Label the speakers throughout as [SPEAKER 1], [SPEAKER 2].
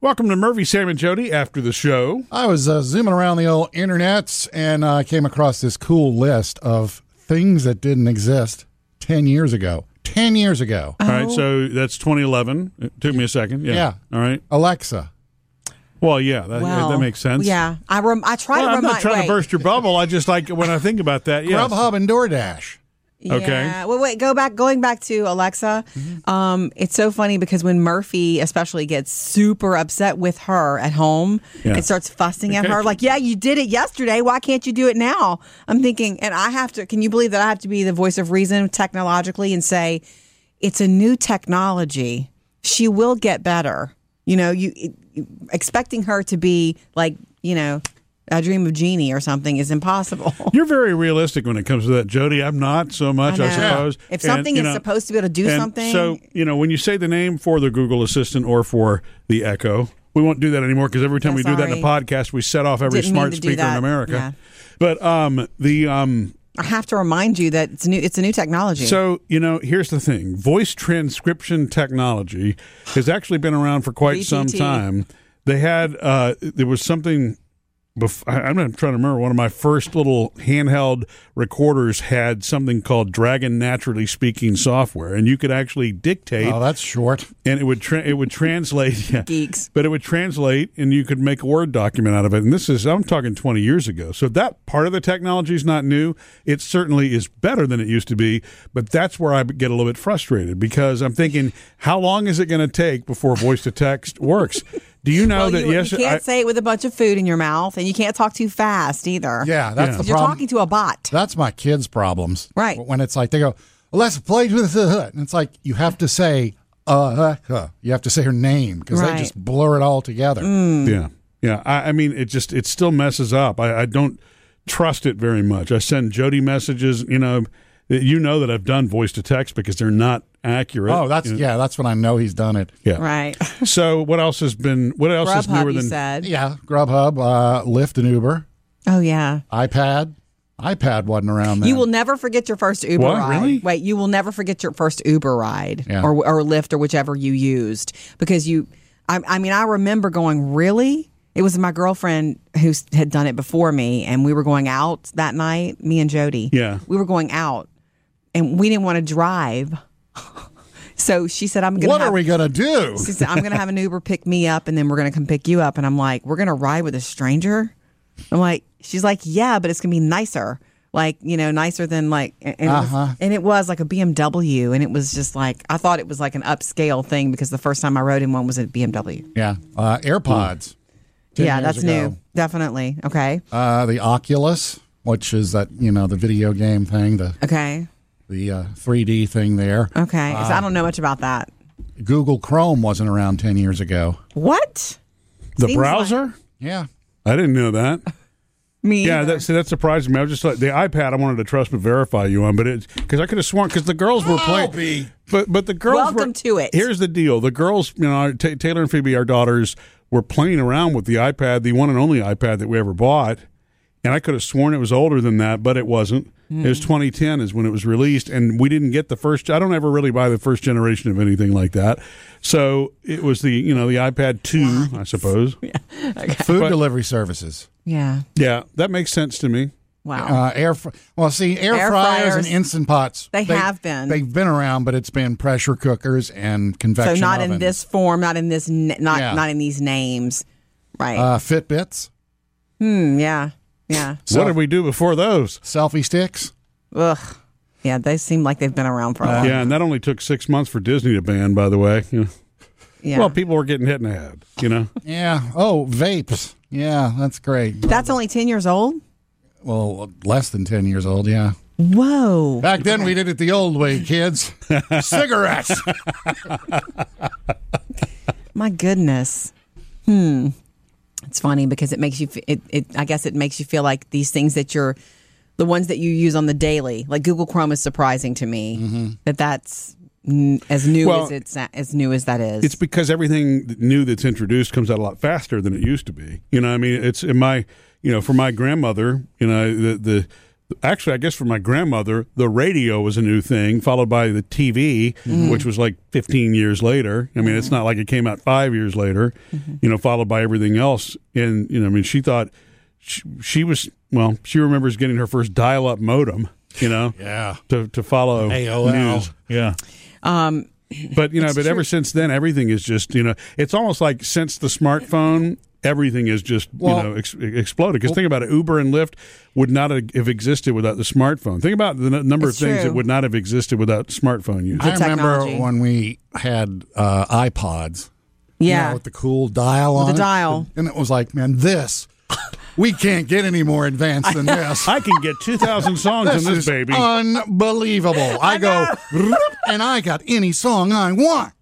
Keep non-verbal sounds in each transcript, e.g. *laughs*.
[SPEAKER 1] Welcome to Murphy, Sam, and Jody after the show.
[SPEAKER 2] I was uh, zooming around the old internets and I came across this cool list of things that didn't exist 10 years ago. 10 years ago.
[SPEAKER 1] All
[SPEAKER 3] Oh.
[SPEAKER 1] right, so that's 2011. It took me a second. Yeah.
[SPEAKER 2] Yeah.
[SPEAKER 1] All right.
[SPEAKER 2] Alexa.
[SPEAKER 1] Well, yeah, that,
[SPEAKER 3] Wow.
[SPEAKER 1] that makes sense.
[SPEAKER 3] Yeah, I rem- I try
[SPEAKER 1] Well,
[SPEAKER 3] to
[SPEAKER 1] I'm
[SPEAKER 3] remind.
[SPEAKER 1] not trying
[SPEAKER 3] wait.
[SPEAKER 1] to burst your bubble. I just like when I think about that. Yes.
[SPEAKER 2] Grubhub and DoorDash.
[SPEAKER 1] Okay. Mm-hmm.
[SPEAKER 3] Yeah. Well, wait. Go back. Going back to Alexa. Um, it's so funny because when Murphy, especially, gets super upset with her at home
[SPEAKER 1] Yeah.
[SPEAKER 3] and starts fussing at
[SPEAKER 1] Okay.
[SPEAKER 3] her, like, "Yeah, you did it yesterday. Why can't you do it now?" I'm thinking, and I have to. Can you believe that I have to be the voice of reason technologically and say, "It's a new technology. She will get better." You know, you expecting her to be like, you know. A dream of genie or something is impossible. *laughs*
[SPEAKER 1] You're very realistic when it comes to that, Jody. I'm not so much, I,
[SPEAKER 3] I know.
[SPEAKER 1] suppose.
[SPEAKER 3] If something
[SPEAKER 1] you
[SPEAKER 3] is supposed to be able to do
[SPEAKER 1] and
[SPEAKER 3] something-
[SPEAKER 1] So, you know, when you say the name for the Google Assistant or for the Echo, we won't do that anymore because every time
[SPEAKER 3] Yeah,
[SPEAKER 1] we do that in a
[SPEAKER 3] sorry.
[SPEAKER 1] podcast, we set off every
[SPEAKER 3] Didn't mean
[SPEAKER 1] smart
[SPEAKER 3] to do
[SPEAKER 1] speaker in
[SPEAKER 3] that.
[SPEAKER 1] America.
[SPEAKER 3] Yeah.
[SPEAKER 1] But um, the um,
[SPEAKER 3] I have to remind you that it's new. It's a new technology.
[SPEAKER 1] So, you know, here's the thing voice transcription technology has actually been around for quite some
[SPEAKER 3] VTT.
[SPEAKER 1] time. They had, uh, there was something. Bef- I- I'm not trying to remember. One of my first little handheld recorders had something called Dragon Naturally Speaking software, and you could actually dictate,
[SPEAKER 2] Oh, that's short.
[SPEAKER 1] and it would tra- it would translate. *laughs* Yeah,
[SPEAKER 3] Geeks.
[SPEAKER 1] but it would translate, and you could make a word document out of it. And this is I'm talking 20 years ago, so that part of the technology is not new. It certainly is better than it used to be, but that's where I get a little bit frustrated because I'm thinking, how long is it going to take before voice to text works? Do you know
[SPEAKER 3] well,
[SPEAKER 1] that
[SPEAKER 3] Oh, you,
[SPEAKER 1] yes,
[SPEAKER 3] you can't
[SPEAKER 1] I-
[SPEAKER 3] say it with a bunch of food in your mouth, and you can't talk too fast either.
[SPEAKER 2] Yeah, that's the
[SPEAKER 3] you're
[SPEAKER 2] problem.
[SPEAKER 3] talking to a bot.
[SPEAKER 2] That's my kids' problems.
[SPEAKER 3] Right.
[SPEAKER 2] When it's like they go, Alexa, play with the hood. And it's like you have to say, uh, huh. you have to say her name because
[SPEAKER 3] Right. Mm.
[SPEAKER 2] they just blur it all together.
[SPEAKER 1] yeah, yeah. I, I mean, it just it still messes up. I, I don't trust it very much. I send Jody messages, you know. that- You know that I've done voice to text because they're not accurate.
[SPEAKER 2] Oh, that's, yeah, that's when I know he's done it.
[SPEAKER 1] yeah.
[SPEAKER 3] Right.
[SPEAKER 1] So what else has been? What else is newer
[SPEAKER 3] Grubhub, you
[SPEAKER 1] than?
[SPEAKER 3] said.
[SPEAKER 2] Yeah, Grubhub, uh, Lyft and Uber,
[SPEAKER 3] Oh yeah.
[SPEAKER 2] iPad. iPad wasn't around then.
[SPEAKER 3] You will never forget your first Uber
[SPEAKER 1] What?
[SPEAKER 3] ride.
[SPEAKER 1] Really?
[SPEAKER 3] Wait, you will never forget your first Uber ride
[SPEAKER 2] Yeah.
[SPEAKER 3] or or Lyft or whichever you used because you. I, I mean, I remember going really. It was my girlfriend who s- had done it before me, and we were going out that night. Me and Jody.
[SPEAKER 1] Yeah.
[SPEAKER 3] we were going out, and we didn't want to drive. *laughs* so she said, "I'm going."
[SPEAKER 2] what
[SPEAKER 3] have,
[SPEAKER 2] are we going to do?
[SPEAKER 3] She said, "I'm going to have an Uber pick me up, and then we're going to come pick you up." And I'm like, "We're going to ride with a stranger." I'm like, "She's like, yeah, but it's going to be nicer, like you know, nicer than like." And and, it
[SPEAKER 2] Uh-huh.
[SPEAKER 3] was, and it was like a BMW, and it was just like I thought it was like an upscale thing because the first time I rode in one was a BMW.
[SPEAKER 2] Yeah, uh, AirPods. 10
[SPEAKER 3] yeah,
[SPEAKER 2] years
[SPEAKER 3] that's
[SPEAKER 2] ago.
[SPEAKER 3] new, definitely. Okay,
[SPEAKER 2] Uh, the Oculus, which is that you know the video game thing, the
[SPEAKER 3] okay,
[SPEAKER 2] the uh, 3D thing there.
[SPEAKER 3] okay. so I don't know much about that.
[SPEAKER 2] Google Chrome wasn't around 10 years ago.
[SPEAKER 3] What?
[SPEAKER 1] The
[SPEAKER 3] Seems
[SPEAKER 1] browser?
[SPEAKER 2] Yeah,
[SPEAKER 1] I didn't know that.
[SPEAKER 3] Me?
[SPEAKER 1] Yeah,
[SPEAKER 3] either.
[SPEAKER 1] that, see, that surprised me. I was just like the iPad. I wanted to trust but verify you on, but it's because I could have sworn because the girls were playing. But but the girls
[SPEAKER 3] Welcome
[SPEAKER 1] were,
[SPEAKER 3] to it.
[SPEAKER 1] Here's the deal: the girls, you know, our- Ta Taylor and Phoebe, our daughters, were playing around with the iPad, the one and only iPad that we ever bought, and I could have sworn it was older than that, but it wasn't. It
[SPEAKER 3] Hmm.
[SPEAKER 1] was 2010 is when it was released, and we didn't get the first. I don't ever really buy the first generation of anything like that. So it was the you know the iPad two, I
[SPEAKER 3] *laughs*
[SPEAKER 1] suppose.
[SPEAKER 2] *laughs* food delivery services.
[SPEAKER 3] yeah.
[SPEAKER 1] Yeah, that makes sense to me.
[SPEAKER 3] Wow.
[SPEAKER 2] Uh, air fr- well, see, air,
[SPEAKER 3] Air
[SPEAKER 2] fryers, and
[SPEAKER 3] fryers.
[SPEAKER 2] instant pots.
[SPEAKER 3] They have been.
[SPEAKER 2] They've been around, but it's been pressure cookers and
[SPEAKER 3] so
[SPEAKER 2] convection.
[SPEAKER 3] not in
[SPEAKER 2] ovens.
[SPEAKER 3] this form, not in this, n- not
[SPEAKER 2] Yeah.
[SPEAKER 3] not in these names, right?
[SPEAKER 2] Uh, Fitbits,
[SPEAKER 3] Hmm. Yeah. Yeah.
[SPEAKER 2] So-
[SPEAKER 1] what did we do before those?
[SPEAKER 2] selfie sticks.
[SPEAKER 3] Ugh. Yeah, they seem like they've been around for a while.
[SPEAKER 1] Uh, yeah, and that only took six months for Disney to ban. By the way, You know.
[SPEAKER 3] Yeah.
[SPEAKER 1] well, people were getting hit in the head. You know,
[SPEAKER 2] Yeah. Oh, vapes. Yeah, that's great.
[SPEAKER 3] That's only ten years old.
[SPEAKER 2] Well, less than 10 years old, yeah.
[SPEAKER 3] Whoa.
[SPEAKER 2] Back then, we did it the old way, kids. Cigarettes.
[SPEAKER 3] My goodness. Hmm. It's funny because it makes you. f- It, it. I guess it makes you feel like these things that you're, the ones that you use on the daily, like Google Chrome, is surprising to me. That that's n- as new
[SPEAKER 1] Mm-hmm. Well,
[SPEAKER 3] as it's as new as that
[SPEAKER 1] *laughs*
[SPEAKER 3] is.
[SPEAKER 1] it's because everything new that's introduced comes out a lot faster than it used to be. You know, I mean, it's in my, you know, for my grandmother, you know, the the actually, I guess for my grandmother, the radio was a new thing, followed by the TV, which was like 15 years later. I mean, it's not like it came out five years later, you know, followed by everything else. And, you know, I mean, she thought she, she was, well, she remembers getting her first dial up modem, you know,
[SPEAKER 2] Yeah.
[SPEAKER 1] to, to follow
[SPEAKER 2] AOL.
[SPEAKER 1] news. Yeah.
[SPEAKER 3] Um,
[SPEAKER 1] But you know, but ever since then, everything is just you know, it's almost like since the smartphone, everything is just
[SPEAKER 2] Well-
[SPEAKER 1] you know ex- exploded. Because think about it, Uber and Lyft would not have existed without the smartphone. Think about the n- number
[SPEAKER 3] It's
[SPEAKER 1] of things
[SPEAKER 3] true.
[SPEAKER 1] that would not have existed without smartphone use.
[SPEAKER 2] I remember
[SPEAKER 3] technology.
[SPEAKER 2] when we had uh, iPods. you know,
[SPEAKER 3] yeah.
[SPEAKER 2] with the cool dial on
[SPEAKER 3] the
[SPEAKER 2] it.
[SPEAKER 3] dial.
[SPEAKER 2] And it was like, man, this, we can't get any more advanced than this.
[SPEAKER 1] I can get two thousand songs in
[SPEAKER 2] *laughs* This
[SPEAKER 1] this
[SPEAKER 2] is
[SPEAKER 1] baby.
[SPEAKER 2] unbelievable. I, go, "Roop," *laughs* and I got any song I want.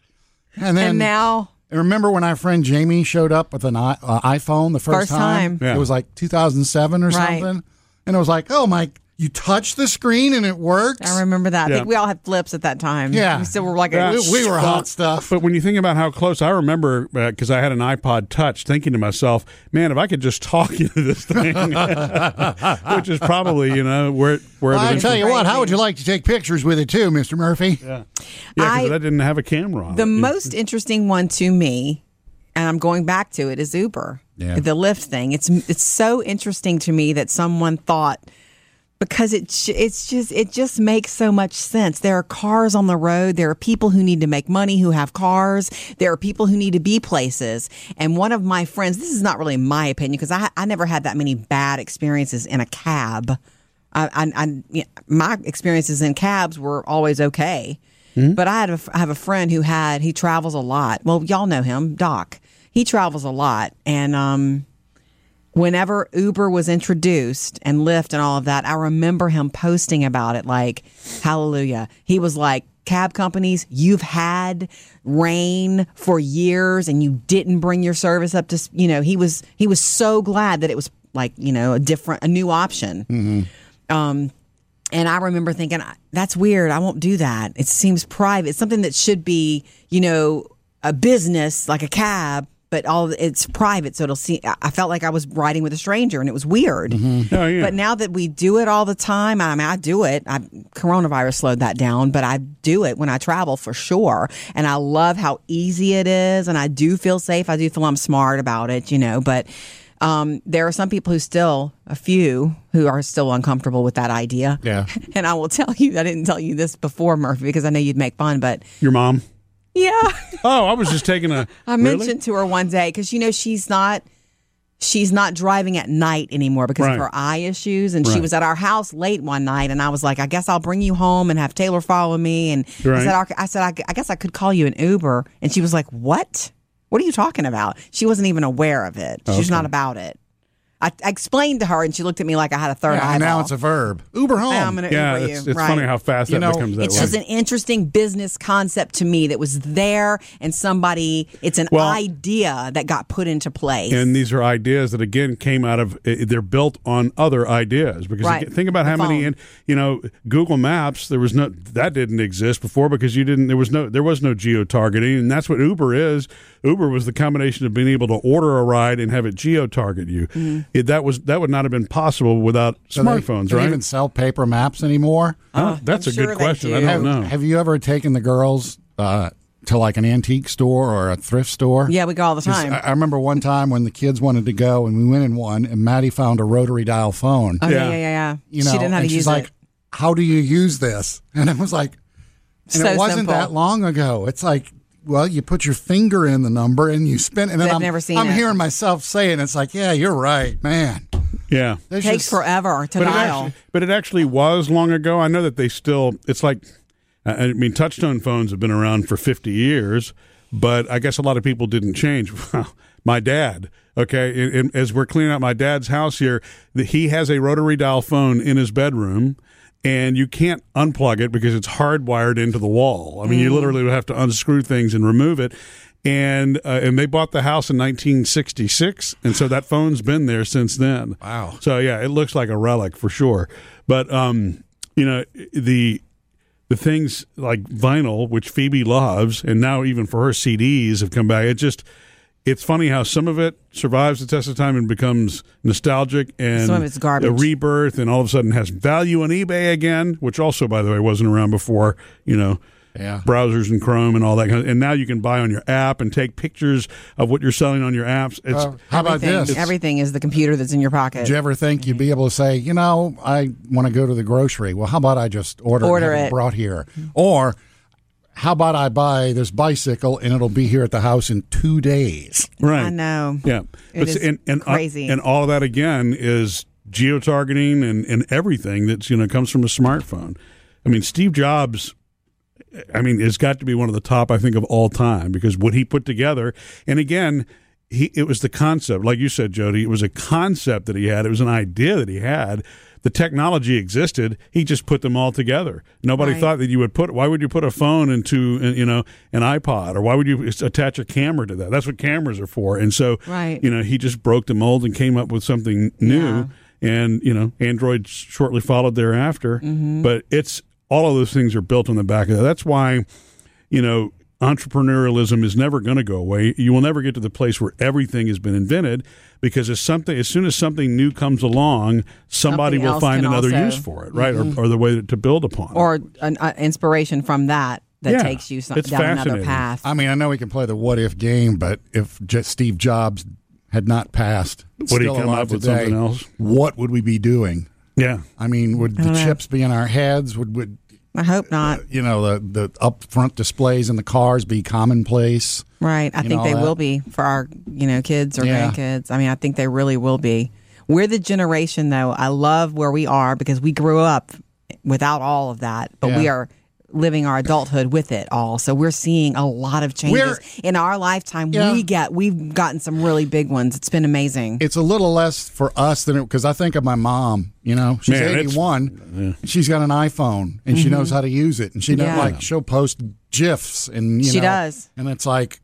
[SPEAKER 2] And then
[SPEAKER 3] and now,
[SPEAKER 2] And remember when our friend Jamie showed up with an i- uh, iPhone the first,
[SPEAKER 3] First time.
[SPEAKER 1] Yeah.
[SPEAKER 2] It was like 2007 or
[SPEAKER 3] Right.
[SPEAKER 2] something. And it was like, oh, my, you touch the screen and it works.
[SPEAKER 3] I remember that. I
[SPEAKER 1] Yeah.
[SPEAKER 3] think we all had flips at that time.
[SPEAKER 2] Yeah.
[SPEAKER 3] We still were like,
[SPEAKER 1] Yeah.
[SPEAKER 3] a,
[SPEAKER 2] we, we were hot stuff.
[SPEAKER 1] But when you think about how close, I remember because I had an iPod Touch, thinking to myself, "Man, if I could just talk *laughs* into this thing," *laughs* which is probably you know where where it
[SPEAKER 2] Well, I
[SPEAKER 1] eventually-
[SPEAKER 2] tell you what, how would you like to take pictures with it too, Mr. Murphy?
[SPEAKER 1] yeah, 'cause
[SPEAKER 3] I-
[SPEAKER 1] that didn't have a camera. on
[SPEAKER 3] the
[SPEAKER 1] it.
[SPEAKER 3] most interesting one to me, and I'm going back to it, is Uber.
[SPEAKER 2] Yeah.
[SPEAKER 3] The Lyft thing. It's it's so interesting to me that someone thought because it j- it's just it just makes so much sense. There are cars on the road. There are people who need to make money who have cars. There are people who need to be places. And one of my friends, this is not really my opinion because I I never had that many bad experiences in a cab. I, I, I yeah, my experiences in cabs were always okay. But I had a, I have a friend who had he travels a lot. Well, y'all know him, Doc. He travels a lot, and um, whenever Uber was introduced and Lyft and all of that, I remember him posting about it like, hallelujah. He was like, cab companies, you've had rain for years and you didn't bring your service up to, s- you know, he was, he was so glad that it was like, you know, a different, a new option. Um, and I remember thinking, that's weird. I won't do that. It seems private. It's something that should be, you know, a business like a cab, but all it's private. So it'll see. I- I felt like I was riding with a stranger and it was weird.
[SPEAKER 1] Oh, yeah.
[SPEAKER 3] *laughs* But now that we do it all the time, I mean, I do it. I, coronavirus slowed that down, but I do it when I travel for sure. And I love how easy it is. And I do feel safe. I do feel I'm smart about it, you know. But um, there are some people who still, a few, who are still uncomfortable with that idea.
[SPEAKER 2] Yeah.
[SPEAKER 3] *laughs* And I will tell you, I didn't tell you this before, Murphy, because I know you'd make fun, but
[SPEAKER 1] Your mom.
[SPEAKER 3] yeah.
[SPEAKER 1] Oh, I was just taking a.
[SPEAKER 3] *laughs* I mentioned to her one day because you know she's not she's not driving at night anymore because
[SPEAKER 1] Right.
[SPEAKER 3] of her eye issues, and she
[SPEAKER 1] Right.
[SPEAKER 3] was at our house late one night, and I was like, I guess I'll bring you home and have Taylor follow me, and
[SPEAKER 1] Right.
[SPEAKER 3] I said, "Okay," I said, I, I guess I could call you an Uber, and she was like, What? What are you talking about? She wasn't even aware of it. She's not about it. I, I explained to her, and she looked at me like I had a third
[SPEAKER 2] Yeah,
[SPEAKER 3] eye.
[SPEAKER 2] and now it's a verb. Uber home.
[SPEAKER 3] I'm gonna
[SPEAKER 1] Yeah,
[SPEAKER 3] Uber
[SPEAKER 1] it's,
[SPEAKER 3] you.
[SPEAKER 1] it's
[SPEAKER 3] right.
[SPEAKER 1] funny how fast
[SPEAKER 2] You
[SPEAKER 1] that
[SPEAKER 2] know,
[SPEAKER 1] becomes that
[SPEAKER 3] It's
[SPEAKER 1] way.
[SPEAKER 3] just an interesting business concept to me that was there, and somebody, it's an
[SPEAKER 1] Well-
[SPEAKER 3] idea that got put into place.
[SPEAKER 1] and these are ideas that again came out of eh, they're built on other ideas because
[SPEAKER 3] Right.
[SPEAKER 1] again, think about
[SPEAKER 3] The
[SPEAKER 1] how many
[SPEAKER 3] phone.
[SPEAKER 1] and you know Google Maps there was no that didn't exist before because you didn't there was no there was no geo targeting and that's what Uber is Uber was the combination of being able to order a ride and have it geo target you
[SPEAKER 3] Mm-hmm.
[SPEAKER 1] It- that was that would not have been possible without
[SPEAKER 2] Do they-
[SPEAKER 1] smartphones
[SPEAKER 2] do they
[SPEAKER 1] right
[SPEAKER 2] even sell paper maps anymore?
[SPEAKER 1] Huh? that's
[SPEAKER 3] I'm
[SPEAKER 1] a
[SPEAKER 3] sure
[SPEAKER 1] good
[SPEAKER 3] they
[SPEAKER 1] question I
[SPEAKER 3] do.
[SPEAKER 1] don't
[SPEAKER 2] have,
[SPEAKER 3] *laughs*
[SPEAKER 1] know
[SPEAKER 2] have you ever taken the girls uh, to like an antique store or a thrift store?
[SPEAKER 3] yeah, we go all the
[SPEAKER 2] 'Cause
[SPEAKER 3] time.
[SPEAKER 1] uh,
[SPEAKER 2] I, I remember one time when the kids wanted to go and we went in one and Maddie found a rotary dial phone.
[SPEAKER 3] oh, yeah,
[SPEAKER 1] yeah.
[SPEAKER 3] yeah, yeah. yeah.
[SPEAKER 2] you know,
[SPEAKER 3] she didn't know how to
[SPEAKER 2] and
[SPEAKER 3] use
[SPEAKER 2] she's like,
[SPEAKER 3] it.
[SPEAKER 2] "How do you use this?" *laughs* And it was like, and
[SPEAKER 3] So
[SPEAKER 2] it wasn't
[SPEAKER 3] simple.
[SPEAKER 2] that long ago. It's like, well, you put your finger in the number and you spin, and then
[SPEAKER 3] They've
[SPEAKER 2] I'm
[SPEAKER 3] never seen
[SPEAKER 2] I'm
[SPEAKER 3] it.
[SPEAKER 2] hearing myself saying, "It's like, yeah, you're right, man."
[SPEAKER 1] yeah
[SPEAKER 2] There's
[SPEAKER 3] Takes
[SPEAKER 2] just-
[SPEAKER 3] forever to
[SPEAKER 1] but it,
[SPEAKER 3] dial.
[SPEAKER 1] actually, but it actually was long ago. I know that they still. It's like, I I mean, touchstone phones have been around for fifty years, but I guess a lot of people didn't change. *laughs* Wow, my dad. Okay, and, and as we're cleaning out my dad's house here, the, he has a rotary dial phone in his bedroom. And you can't unplug it because it's hardwired into the wall. I mean, you literally would have to unscrew things and remove it. And uh, and they bought the house in 1966, and so that phone's been there since then.
[SPEAKER 2] Wow.
[SPEAKER 1] So yeah, it looks like a relic for sure. But um, you know the the things like vinyl, which Phoebe loves, and now even for her CDs have come back. It just It's funny how some of it survives the test of time and becomes nostalgic and
[SPEAKER 3] Some of it's garbage.
[SPEAKER 1] a rebirth and all of a sudden has value on eBay again, which also, by the way, wasn't around before, you know,
[SPEAKER 2] Yeah.
[SPEAKER 1] browsers and Chrome and all that. Kind of, and now you can buy on your app and take pictures of what you're selling on your apps. It's,
[SPEAKER 2] Uh, how about
[SPEAKER 3] Everything-
[SPEAKER 2] this?
[SPEAKER 3] Everything is the computer that's in your pocket.
[SPEAKER 2] Did you ever think you'd be able to say, you know, I want to go to the grocery? Well, how about I just order, and
[SPEAKER 3] Order
[SPEAKER 2] have
[SPEAKER 3] it.
[SPEAKER 2] brought here? Or how about I buy this bicycle and it'll be here at the house in two days?
[SPEAKER 1] right.
[SPEAKER 3] I know.
[SPEAKER 1] Yeah,
[SPEAKER 3] It
[SPEAKER 1] But
[SPEAKER 3] is
[SPEAKER 1] s- and, and, uh,
[SPEAKER 3] crazy.
[SPEAKER 1] and all of that again is geo targeting and, and everything that's you know comes from a smartphone. I mean, Steve Jobs. I mean, it's got to be one of the top I think of all time because what he put together, and again, he it was the concept, like you said, Jody. It was a concept that he had. It was an idea that he had. The technology existed. He just put them all together. Nobody
[SPEAKER 3] Right.
[SPEAKER 1] thought that you would put. Why would you put a phone into uh, you know an iPod, or why would you attach a camera to that? That's what cameras are for. And so
[SPEAKER 3] Right.
[SPEAKER 1] you know, he just broke the mold and came up with something new. And, you know, Android shortly followed thereafter.
[SPEAKER 3] Mm-hmm.
[SPEAKER 1] But it's all of those things are built on the back of that. That's why, you know, entrepreneurialism is never going to go away. You will never get to the place where everything has been invented because as something as soon as something new comes along, somebody
[SPEAKER 3] Something
[SPEAKER 1] will
[SPEAKER 3] else
[SPEAKER 1] find
[SPEAKER 3] can
[SPEAKER 1] another
[SPEAKER 3] also- Mm-hmm.
[SPEAKER 1] use for it, right? Or, or the way to build upon it.
[SPEAKER 3] Or an uh, inspiration from that that
[SPEAKER 1] Yeah.
[SPEAKER 3] takes you some,
[SPEAKER 1] It's
[SPEAKER 3] down another
[SPEAKER 1] fascinating.
[SPEAKER 3] path.
[SPEAKER 2] I mean, I know we can play the what if game, but if J- Steve Jobs had not passed,
[SPEAKER 1] he
[SPEAKER 2] still
[SPEAKER 1] come
[SPEAKER 2] alive
[SPEAKER 1] up with
[SPEAKER 2] today,
[SPEAKER 1] something else?
[SPEAKER 2] What would we be doing?
[SPEAKER 1] Yeah.
[SPEAKER 2] I mean, would the chips be in our heads? Would would
[SPEAKER 3] I hope not.
[SPEAKER 2] you know the the upfront displays in the cars be commonplace?
[SPEAKER 3] Right. I
[SPEAKER 2] you
[SPEAKER 3] think
[SPEAKER 2] know,
[SPEAKER 3] they
[SPEAKER 2] that-
[SPEAKER 3] will be for our, you know, kids or
[SPEAKER 2] Yeah.
[SPEAKER 3] grandkids. I mean, I think they really will be. We're the generation though. I love where we are because we grew up without all of that, but we
[SPEAKER 2] Yeah.
[SPEAKER 3] are living our adulthood with it all. So we're seeing a lot of changes
[SPEAKER 2] We're-
[SPEAKER 3] in our lifetime.
[SPEAKER 2] Yeah.
[SPEAKER 3] We get we've gotten some really big ones. It's been amazing.
[SPEAKER 2] it's a little less for us than it because I think of my mom. You know, she's
[SPEAKER 1] Man, it's- Mm-hmm.
[SPEAKER 2] eighty one. She's got an iPhone and she knows how to use it, and she knows
[SPEAKER 3] Yeah.
[SPEAKER 2] like she'll post gifs and you
[SPEAKER 3] She
[SPEAKER 2] know,
[SPEAKER 3] does.
[SPEAKER 2] And it's like,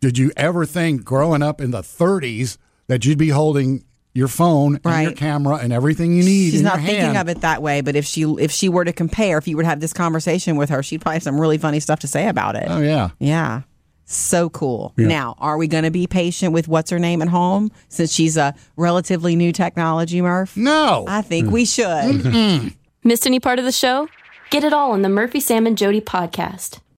[SPEAKER 2] did you ever think growing up in the thirties that you'd be holding your phone and your
[SPEAKER 3] Right.
[SPEAKER 2] camera and everything you need?
[SPEAKER 3] She's
[SPEAKER 2] in
[SPEAKER 3] not
[SPEAKER 2] your
[SPEAKER 3] thinking
[SPEAKER 2] hand?
[SPEAKER 3] of it that way, but if she if she were to compare, if you were to have this conversation with her, she'd probably have some really funny stuff to say about it.
[SPEAKER 2] Oh yeah.
[SPEAKER 3] Yeah. So cool. Now, are we going to be patient with what's her name at home since she's a relatively new technology, Murph?
[SPEAKER 2] No.
[SPEAKER 3] I think we should.
[SPEAKER 4] Missed any part of the show? Get it all on the Murphy, Sam, and Jody podcast.